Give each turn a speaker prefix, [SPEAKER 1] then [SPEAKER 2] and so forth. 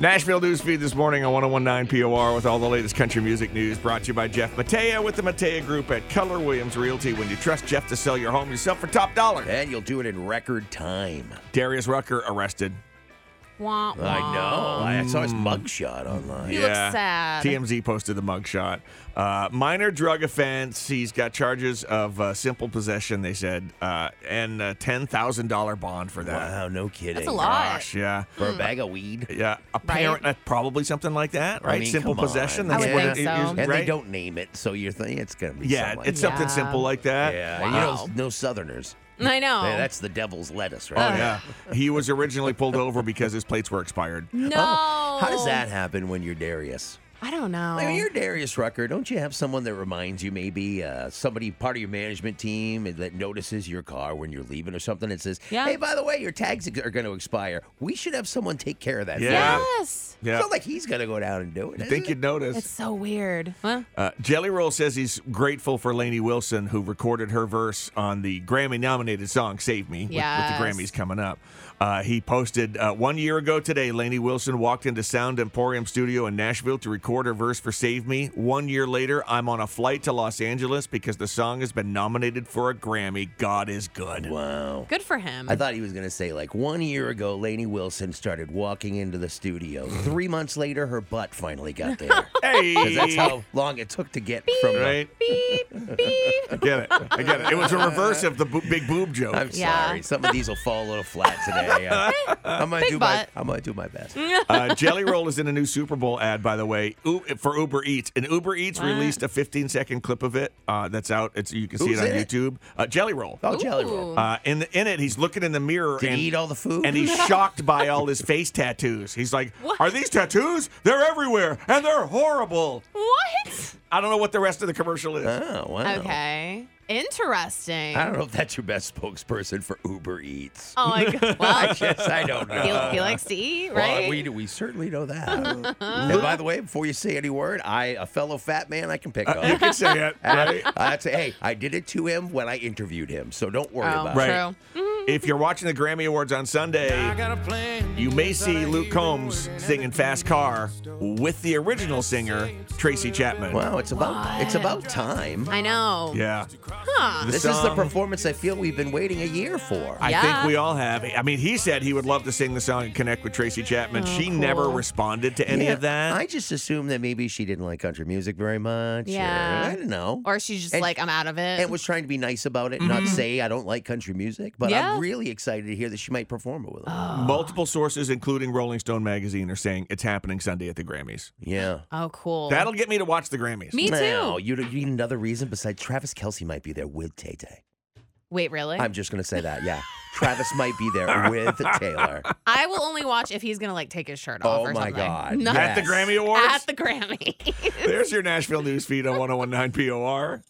[SPEAKER 1] Nashville Newsfeed this morning on 1019 POR with all the latest country music news brought to you by Jeff Matea with the Matea Group at Keller Williams Realty. When you trust Jeff to sell your home yourself for top dollar.
[SPEAKER 2] And you'll do it in record time.
[SPEAKER 1] Darius Rucker arrested.
[SPEAKER 3] Wah, wah.
[SPEAKER 2] I know. I saw his
[SPEAKER 1] Mm.
[SPEAKER 2] mugshot online.
[SPEAKER 3] He looks sad.
[SPEAKER 1] TMZ posted the mugshot. Uh, minor drug offense. He's got charges of uh, simple possession, they said, uh, and a $10,000 bond for that.
[SPEAKER 2] Wow, no kidding.
[SPEAKER 3] That's a lot. Mm.
[SPEAKER 1] Gosh, yeah.
[SPEAKER 2] For a bag of weed.
[SPEAKER 1] Yeah, apparent, uh, probably something like that, right?
[SPEAKER 2] mean,
[SPEAKER 1] Simple
[SPEAKER 2] come on.
[SPEAKER 1] possession.
[SPEAKER 2] I
[SPEAKER 1] That's
[SPEAKER 2] would
[SPEAKER 1] what
[SPEAKER 3] think
[SPEAKER 1] it is,
[SPEAKER 3] so.
[SPEAKER 1] right?
[SPEAKER 3] And
[SPEAKER 2] And they don't name it, so you're thinking it's going to be
[SPEAKER 1] Yeah,
[SPEAKER 2] something
[SPEAKER 1] it's
[SPEAKER 2] like
[SPEAKER 1] something
[SPEAKER 3] Yeah.
[SPEAKER 1] simple like that.
[SPEAKER 2] that. Yeah, you
[SPEAKER 3] Wow.
[SPEAKER 2] know, no Southerners.
[SPEAKER 3] I know.
[SPEAKER 2] Yeah, that's the devil's lettuce,
[SPEAKER 1] Oh
[SPEAKER 2] right?
[SPEAKER 1] yeah. He was originally pulled over because his plates were expired.
[SPEAKER 3] no.
[SPEAKER 2] Oh, How does that happen when you're Darius?
[SPEAKER 3] I don't
[SPEAKER 1] Oh.
[SPEAKER 3] know.
[SPEAKER 2] Like, when you're Darius Rucker, don't you have someone that reminds you, maybe uh, somebody part of your management team that notices your car when you're leaving or something and says,
[SPEAKER 3] Yeah.
[SPEAKER 2] hey, by the way, your tags are going to expire. We should have someone take care of that.
[SPEAKER 1] Yeah.
[SPEAKER 3] yes.
[SPEAKER 1] Yeah.
[SPEAKER 2] It's not like he's going to go down and do it.
[SPEAKER 1] I think you'd
[SPEAKER 3] It's
[SPEAKER 1] notice.
[SPEAKER 3] so weird. Well,
[SPEAKER 1] Uh, Jelly Roll says he's grateful for Lainey Wilson, who recorded her verse on the Grammy nominated song Save Me, with-
[SPEAKER 3] Yes.
[SPEAKER 1] with, the Grammys coming up. Uh, he posted uh, one year ago today, Lainey Wilson walked into Sound Emporium Studio in Nashville to record her verse for Save Me. One year later, I'm on a flight to Los Angeles because the song has been nominated for a Grammy. God is good.
[SPEAKER 2] Wow.
[SPEAKER 3] good for him.
[SPEAKER 2] I thought he was going to say, like, one year ago, Lainey Wilson started walking into the studio. Three months later, her butt finally got there.
[SPEAKER 1] Hey!
[SPEAKER 2] 'Cause that's how long it took to get from the
[SPEAKER 1] Right?
[SPEAKER 3] beep, beep.
[SPEAKER 1] I get it. I get it. It was a reverse of the bo- big boob joke.
[SPEAKER 2] I'm
[SPEAKER 3] Yeah.
[SPEAKER 2] sorry. Some of these will fall a little flat today. Uh, I'm gonna
[SPEAKER 3] Big
[SPEAKER 2] do
[SPEAKER 3] butt. Mm,
[SPEAKER 2] my. I'm gonna do my best.
[SPEAKER 1] Uh, Jelly Roll is in a new Super Bowl ad, by the way, U- for Uber Eats. And Uber Eats
[SPEAKER 3] What?
[SPEAKER 1] released a 15 second clip of it uh, that's out. It's you can see
[SPEAKER 2] Who's
[SPEAKER 1] it on
[SPEAKER 2] in it?
[SPEAKER 1] YouTube. Uh, Jelly Roll.
[SPEAKER 2] Oh, jelly roll.
[SPEAKER 3] Ooh.
[SPEAKER 1] Uh, in the, in it, he's looking in the mirror
[SPEAKER 2] Did
[SPEAKER 1] and
[SPEAKER 2] he eat all the food?
[SPEAKER 1] and he's shocked by all his face tattoos. He's like,
[SPEAKER 3] What?
[SPEAKER 1] "Are these tattoos? They're everywhere and they're horrible."
[SPEAKER 3] What?
[SPEAKER 1] I don't know what the rest of the commercial is.
[SPEAKER 2] Oh, wow.
[SPEAKER 3] Okay. Interesting.
[SPEAKER 2] I don't know if that's your best spokesperson for Uber Eats.
[SPEAKER 3] Oh my god. Well,
[SPEAKER 2] Yes, I don't know.
[SPEAKER 3] he, he likes to eat,
[SPEAKER 2] Well,
[SPEAKER 3] right?
[SPEAKER 2] we do- we certainly know that. and by the way, before you say any word, I a fellow fat man I can pick up.
[SPEAKER 1] Uh, You can say it, right?
[SPEAKER 2] I'd say, hey, I did it to him when I interviewed him, so don't worry
[SPEAKER 3] Oh,
[SPEAKER 2] about
[SPEAKER 1] Right.
[SPEAKER 2] it.
[SPEAKER 3] True.
[SPEAKER 1] If you're watching the Grammy Awards on Sunday, you may see Luke Combs singing Fast Car with the original singer, Tracy Chapman.
[SPEAKER 2] Wow, it's about it's about time.
[SPEAKER 3] I know.
[SPEAKER 1] Yeah.
[SPEAKER 3] Huh.
[SPEAKER 2] This is the
[SPEAKER 1] song-
[SPEAKER 2] performance I feel we've been waiting a year for.
[SPEAKER 1] I
[SPEAKER 3] Yeah.
[SPEAKER 1] think we all have. I mean, he said he would love to sing the song and connect with Tracy Chapman. she never responded to any
[SPEAKER 2] Oh, Yeah,
[SPEAKER 1] of that.
[SPEAKER 2] I just assumed that maybe she didn't like country music very much. or-
[SPEAKER 3] Yeah.
[SPEAKER 2] I don't know.
[SPEAKER 3] Or she's just
[SPEAKER 2] And-
[SPEAKER 3] like, I'm out of it.
[SPEAKER 2] and was trying to be nice about it, not
[SPEAKER 1] Mm-hmm.
[SPEAKER 2] say I don't like country music. But
[SPEAKER 3] Yeah.
[SPEAKER 2] I'm really excited to hear that she might perform it with
[SPEAKER 1] Oh.
[SPEAKER 2] us.
[SPEAKER 1] Multiple sources, including Rolling Stone magazine, are saying it's happening Sunday at the Grammys.
[SPEAKER 2] yeah.
[SPEAKER 3] oh, cool.
[SPEAKER 1] That'll get me to watch the Grammys.
[SPEAKER 3] Me too.
[SPEAKER 2] Now, you, you need another reason besides Travis Kelsey might be there with Tay Tay.
[SPEAKER 3] Wait, really?
[SPEAKER 2] I'm just going to say that. Yeah. Travis might be there with Taylor.
[SPEAKER 3] I will only watch if he's gonna like take his shirt off
[SPEAKER 2] Oh
[SPEAKER 3] or
[SPEAKER 2] my
[SPEAKER 3] something.
[SPEAKER 2] God.
[SPEAKER 3] No.
[SPEAKER 1] At the
[SPEAKER 2] Yes.
[SPEAKER 1] Grammy Awards?
[SPEAKER 3] At the Grammy.
[SPEAKER 1] oh There's your Nashville News Feed on 1019 POR.